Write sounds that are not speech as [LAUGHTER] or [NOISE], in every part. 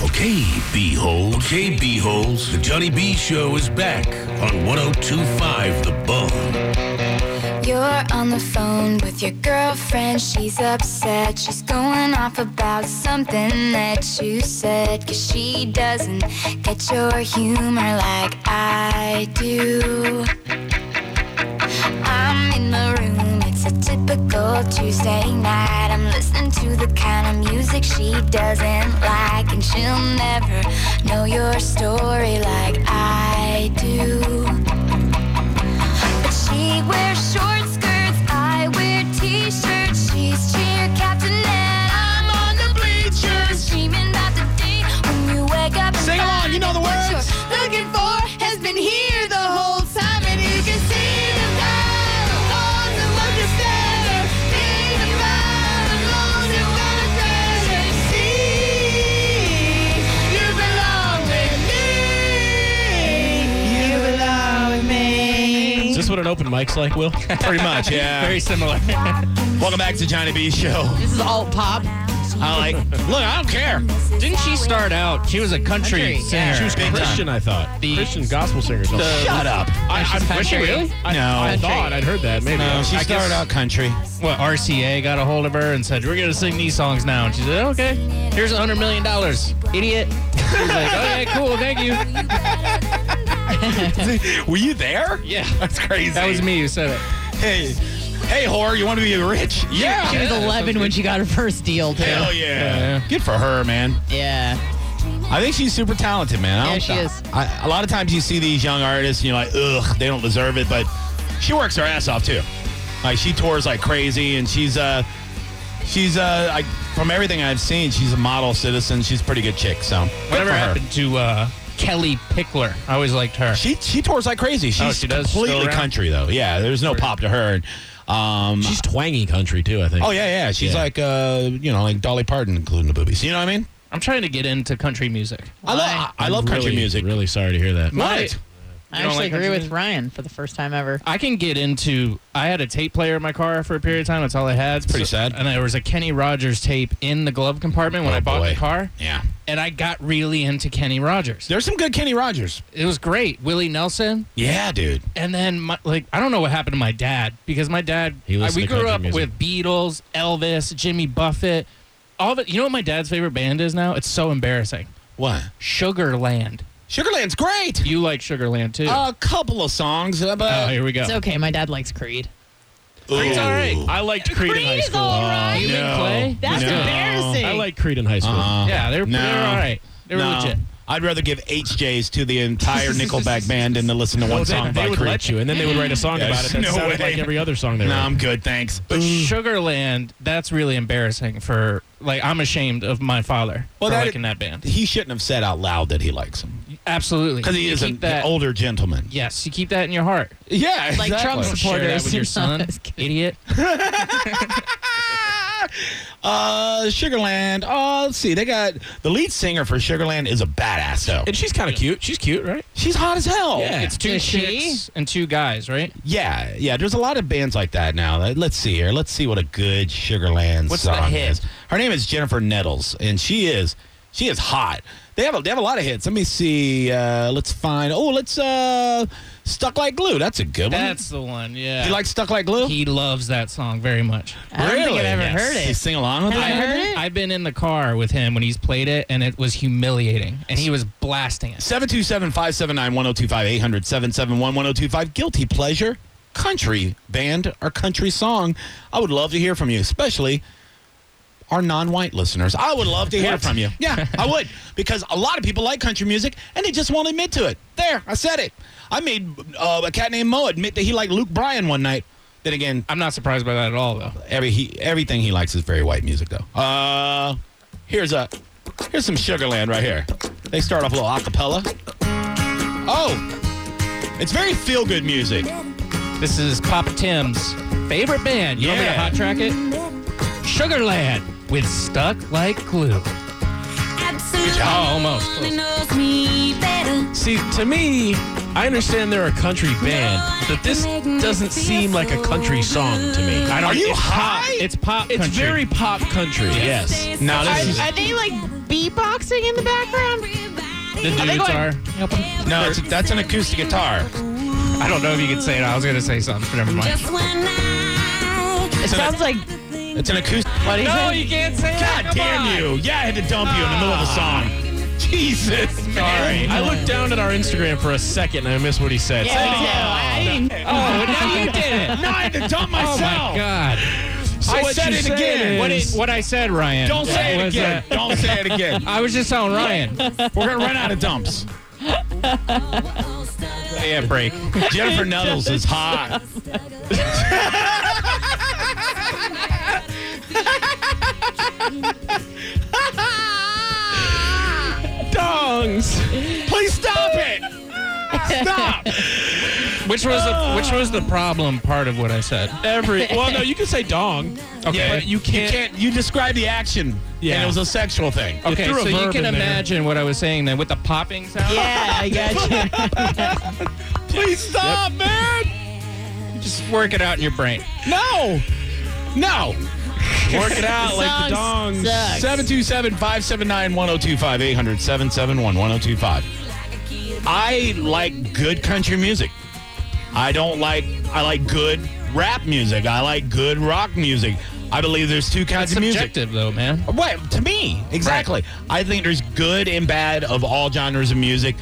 Okay, B-Holes. Okay, B-Holes. The Johnny B Show is back on 1025 The Bone. You're on the phone with your girlfriend. She's upset. She's going off about something that you said. Cause she doesn't get your humor like I do. I'm in my room. It's a typical Tuesday night. I'm listening to the kind of music she doesn't like. And she'll never know your story like I do. But she wears short skirts, I wear t-shirts. She's cheer captain and I'm on the bleachers. Dreaming about the day when you wake up and Sing along, you know the find what words. you're Looking for has been here the whole time, and you can see the light on the look is better. Think about the loans and what a treasure. See, you belong with me. You belong with me. Is this what an open mic's like, [LAUGHS] Will? Pretty much, yeah. [LAUGHS] Very similar. Welcome back to Johnny B Show. This is alt pop. I like. Look, I don't care. Didn't she start out? She was a country Country, singer. yeah. She was Big Christian, I thought. Christian gospel singer. or something. Shut up. I, She's I, was she country. really? I, No. I thought I'd heard that. Maybe. No, she I guess- started out country. Well, RCA got a hold of her and said, "We're gonna sing these songs now." And she said, "Okay, here's a hundred million dollars, idiot." She was like, [LAUGHS] "Okay, cool, thank you." [LAUGHS] Were you there? [LAUGHS] Yeah, That's crazy. that was me who said it. Hey, hey, whore, you want to be rich? Yeah. She was Yeah, 11 when she got her first deal, too. Hell yeah. Yeah, yeah. Good for her, man. Yeah. I think she's super talented, man. I Yeah, don't- she is. I, a lot of times you see these young artists and you're like, ugh, they don't deserve it, but she works her ass off too. Like she tours like crazy, and she's uh, she's uh, I, from everything I've seen, she's a model citizen. She's a pretty good chick. So good Whatever for her. happened to uh, Kelly Pickler? I always liked her. She she tours like crazy. She's Oh, she does? Still completely around? country though. Yeah, there's no pop to her. Um, She's twangy country too, I think. oh yeah, yeah. She's Yeah. like uh, you know, like Dolly Parton, including the boobies. You know what I mean? I'm trying to get into country music. I love I, I love country really, music. Really sorry to hear that. My- What? I You don't actually like agree country with music? Ryan for the first time ever. I can get into. I had a tape player in my car for a period of time. That's all I had. It's pretty sad. And there was a Kenny Rogers tape in the glove compartment when Oh, I bought boy. the car, Yeah. and I got really into Kenny Rogers. There's some good Kenny Rogers. It was great. Willie Nelson, Yeah, dude. and then my, like I don't know what happened to my dad because my dad. He I, listened we to grew country up music. with Beatles, Elvis, Jimmy Buffett, all the. You know what my dad's favorite band is now? It's so embarrassing. What? Sugarland. Sugarland's great. You like Sugarland too? Oh, A couple of songs, uh, oh, but here we go. It's okay. My dad likes Creed. Creed's all right. I liked Creed, in Creed high is school. all right. You didn't No. play? That's No. embarrassing. I like Creed in high school. Uh-uh. Yeah, they're No. they're all right. They're no. legit. I'd rather give HJs to the entire Nickelback band than to listen to one Well, song they, by they would Creed. let you, and then they would write a song Yes. about it that No sounded way. like every other song they No, wrote. I'm good, thanks. But Sugarland, that's really embarrassing for like I'm ashamed of my father Well, for that- liking that band. He shouldn't have said out loud that he likes him Absolutely, because he You is keep an that. older gentleman. Yes, you keep that in your heart. Yeah, Like Trump exactly. Don't share that Supporters. with your [LAUGHS] son, Just kidding. idiot. Uh, Sugarland. Oh, let's see. They got the lead singer for Sugarland is a badass though. and she's kind of cute. She's cute, right? She's hot as hell. Yeah. It's two Is she? chicks and two guys, right? yeah, yeah. There's a lot of bands like that now. Let- Let's see here. Let's see what a good Sugarland What's the song hit? is. Her name is Jennifer Nettles, and she is she is hot. They have a, they have a lot of hits. Let me see. Uh, let's find. Oh, let's uh, stuck like glue. That's a good That's the one. Yeah, one. You like stuck like glue? he loves that song very much. I don't think I've ever heard You it. sing along with Have it? I heard it? I've been in the car with him when he's played it, and it was humiliating. And he was blasting it. 727-579-1025-800-771-1025. Guilty pleasure, country band or country song. I would love to hear from you, especially our non-white listeners. I would love to hear from you. Yeah, I would because a lot of people like country music and they just won't admit to it. There, I said it. I made uh, a cat named Mo admit that he liked Luke Bryan one night. Then again, I'm not surprised by that at all, though. every he, everything he likes is very white music though. Uh, here's a here's some Sugarland right here. They start off a little acapella. Oh, it's very feel good music. This is Papa Tim's favorite band. You want me to Yeah. hot track it? Sugarland with Stuck Like Glue. Absolutely. Oh, almost. Nobody knows me better. See, to me, I understand they're a country band, but this doesn't seem like a country song to me. I Are you it's high? Pop, it's pop It's country. very pop country. Yes. Now this Are, is are they like beatboxing in the background? The dudes going- are. No, it's, that's an acoustic guitar. I don't know if you could say it. I was going to say something, but never mind. Just when I It sounds like It's an acoustic. what he No, said. you can't say that. God damn you! Yeah, I had to dump you in the middle of a song. Jesus, man. I looked down at our Instagram for a second and I missed what he said. Yeah, me too. I- I didn't- Oh, now you did it. No, I had to dump myself. Oh, my God. So I what said you it said again. What, is- it- what I said, Ryan. Don't say it was again. that- Don't say it again. I was just telling Ryan. We're gonna run out of dumps. yeah, break. [LAUGHS] Jennifer Nettles is hot. Dongs! Please stop it. Stop. Which was the which was the problem part of what I said? Every well, no, you can say dong. Okay. but You you can't. can't. You described the action. And Yeah. it was a sexual thing. Okay, threw a so you verb can in there. imagine what I was saying then with the popping sound. Yeah, I got you. Please stop, man. Just work it out in your brain. No. No. Work it out like the Songs dongs. sucks. 727 579 1025 800 771 1025. I like good country music. I don't like, I like good rap music. I like good rock music. I believe there's two kinds That's of music. subjective though, man. What to me exactly? I think there's good and bad of all genres of music.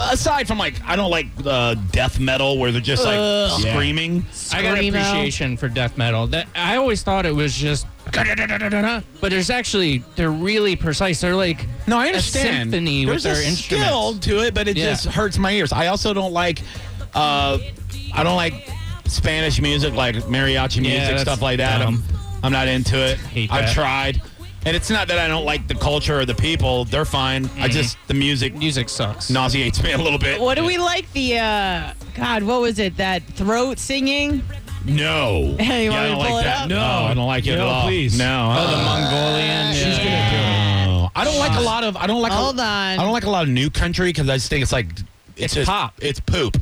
Aside from like, I don't like uh, death metal where they're just like Ugh. screaming. I got Screamo. appreciation for death metal. That I always thought it was just but there's actually they're really precise. They're like No, I A understand. symphony there's with a their instruments. skill to it, but it Yeah. just hurts my ears. I also don't like, uh, I don't like Spanish music, like mariachi Yeah, music, that's stuff like that. I'm, dumb. I'm not into it. Hate I've that. tried, and it's not that I don't like the culture or the people. They're fine. Mm-hmm. I just the music music sucks. nauseates me a little bit. What do we like? The uh, God, what was it? That throat singing? No. You want I me to don't pull like it that. up? No, I don't like it No, at all. please. No. Oh, the uh, Mongolian. She's gonna no. I don't like a lot of. I don't like. Hold a, on. I don't like a lot of new country because I just think it's like It's just- pop. It's poop.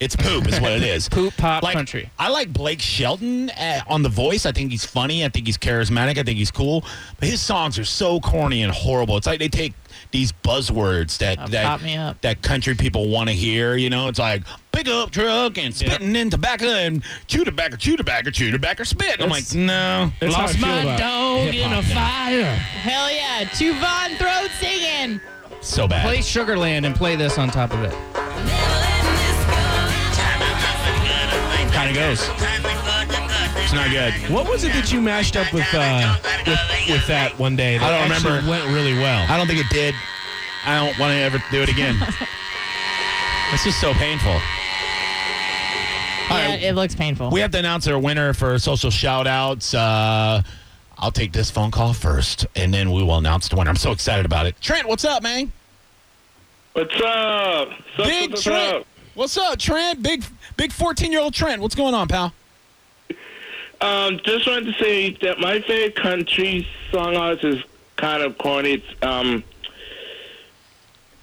It's poop is what it is. [LAUGHS] Poop pop like, country. I like Blake Shelton uh on The Voice. I think he's funny. I think he's charismatic. I think he's cool. But his songs are so corny and horrible. It's like they take these buzzwords that Oh, that, pop me up. that country people want to hear. You know, it's like pickup truck and spitting in tobacco and chew tobacco, chew tobacco, chew tobacco, spit. I'm like, That's- no, that's how I feel about dog in a fire. Hell yeah, Tuvon throat singing. So bad. play Sugarland and play this on top of it. kind of goes. It's not good. What was it that you mashed up with uh, with, with that one day? That I don't actually remember. Went really well. I don't think it did. I don't want to ever do it again. [LAUGHS] this is so painful. All Yeah, right, it looks painful. we have to announce our winner for social shout outs. Uh, I'll take this phone call first, and then we will announce the winner. I'm so excited about it. Trent, what's up, man? What's up? Sup, Big sup, sup, Trent. sup? What's up, Trent? Big, big 14 year old Trent. What's going on, pal? Um, just wanted to say that my favorite country song artist is kind of corny. It's um,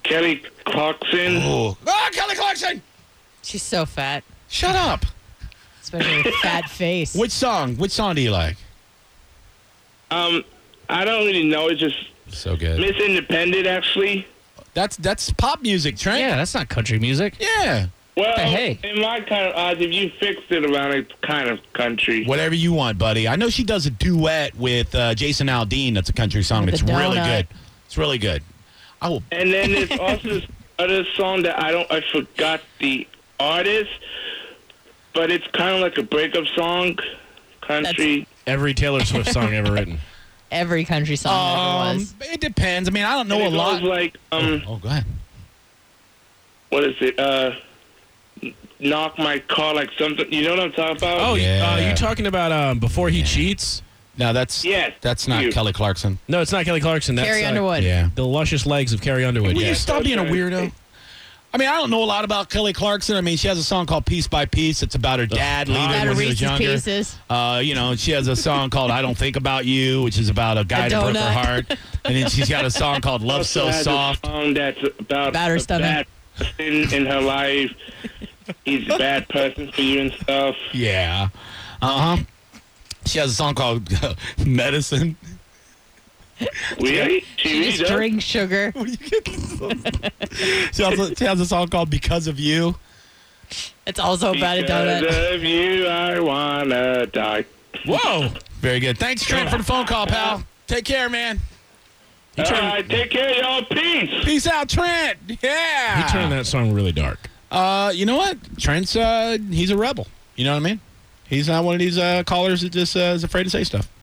Kelly Clarkson. Oh, ah, Kelly Clarkson. She's so fat, Shut up. especially with [LAUGHS] fat face. Which song? Which song do you like? Um, I don't really know. It's just So good. Miss Independent, actually. That's that's pop music, Trent. Yeah, that's not country music. Yeah. Well, the hey? in my kind of odds, if you fixed it around, it's kind of country. Whatever you want, buddy. I know she does a duet with uh, Jason Aldean. That's a country song. With It's the really donut. good. It's really good. I will. And then there's [LAUGHS] also this other song that I don't, I forgot the artist, but it's kind of like a breakup song, country. Every Taylor Swift song ever written. Every country song ever Um, was. it depends. I mean, I don't know And a it lot. goes like, um, oh, go ahead. what is it? Uh, n- knock my car like something. You know what I'm talking about? [LAUGHS] Oh, Yeah. uh, you talking about um, before he cheats? No, that's Yes, That's not you. Kelly Clarkson. No, it's not Kelly Clarkson. That's Carrie uh, Underwood. Yeah. The luscious legs of Carrie Underwood. Will yeah. you stop being a weirdo? I mean, I don't know a lot about Kelly Clarkson. I mean, she has a song called "Piece by Piece." It's about her dad leaving Out when of he was Reese's younger. Pieces. Uh, you know, she has a song called "I Don't Think About You," which is about a guy A that broke her donut. heart, and then she's got a song [LAUGHS] called "Love Also So has a Soft." Song that's about About her a stomach. bad person in her life. He's a bad person for you and stuff. Uh-huh. [LAUGHS] Yeah. Uh huh. She has a song called Medicine. Really? She really Just does? drink sugar. She has, a, she has a song called "Because of You." It's also about a donut. Because of you, I wanna die. Whoa. Very good. Thanks, Trent, for the phone call, pal. Take care, man. All right, take care, y'all. Peace. Peace out, Trent. Yeah. He turned that song really dark. Uh, you know what? Trent's uh, he's a rebel. You know what I mean? He's not one of these uh, callers that just uh, is afraid to say stuff.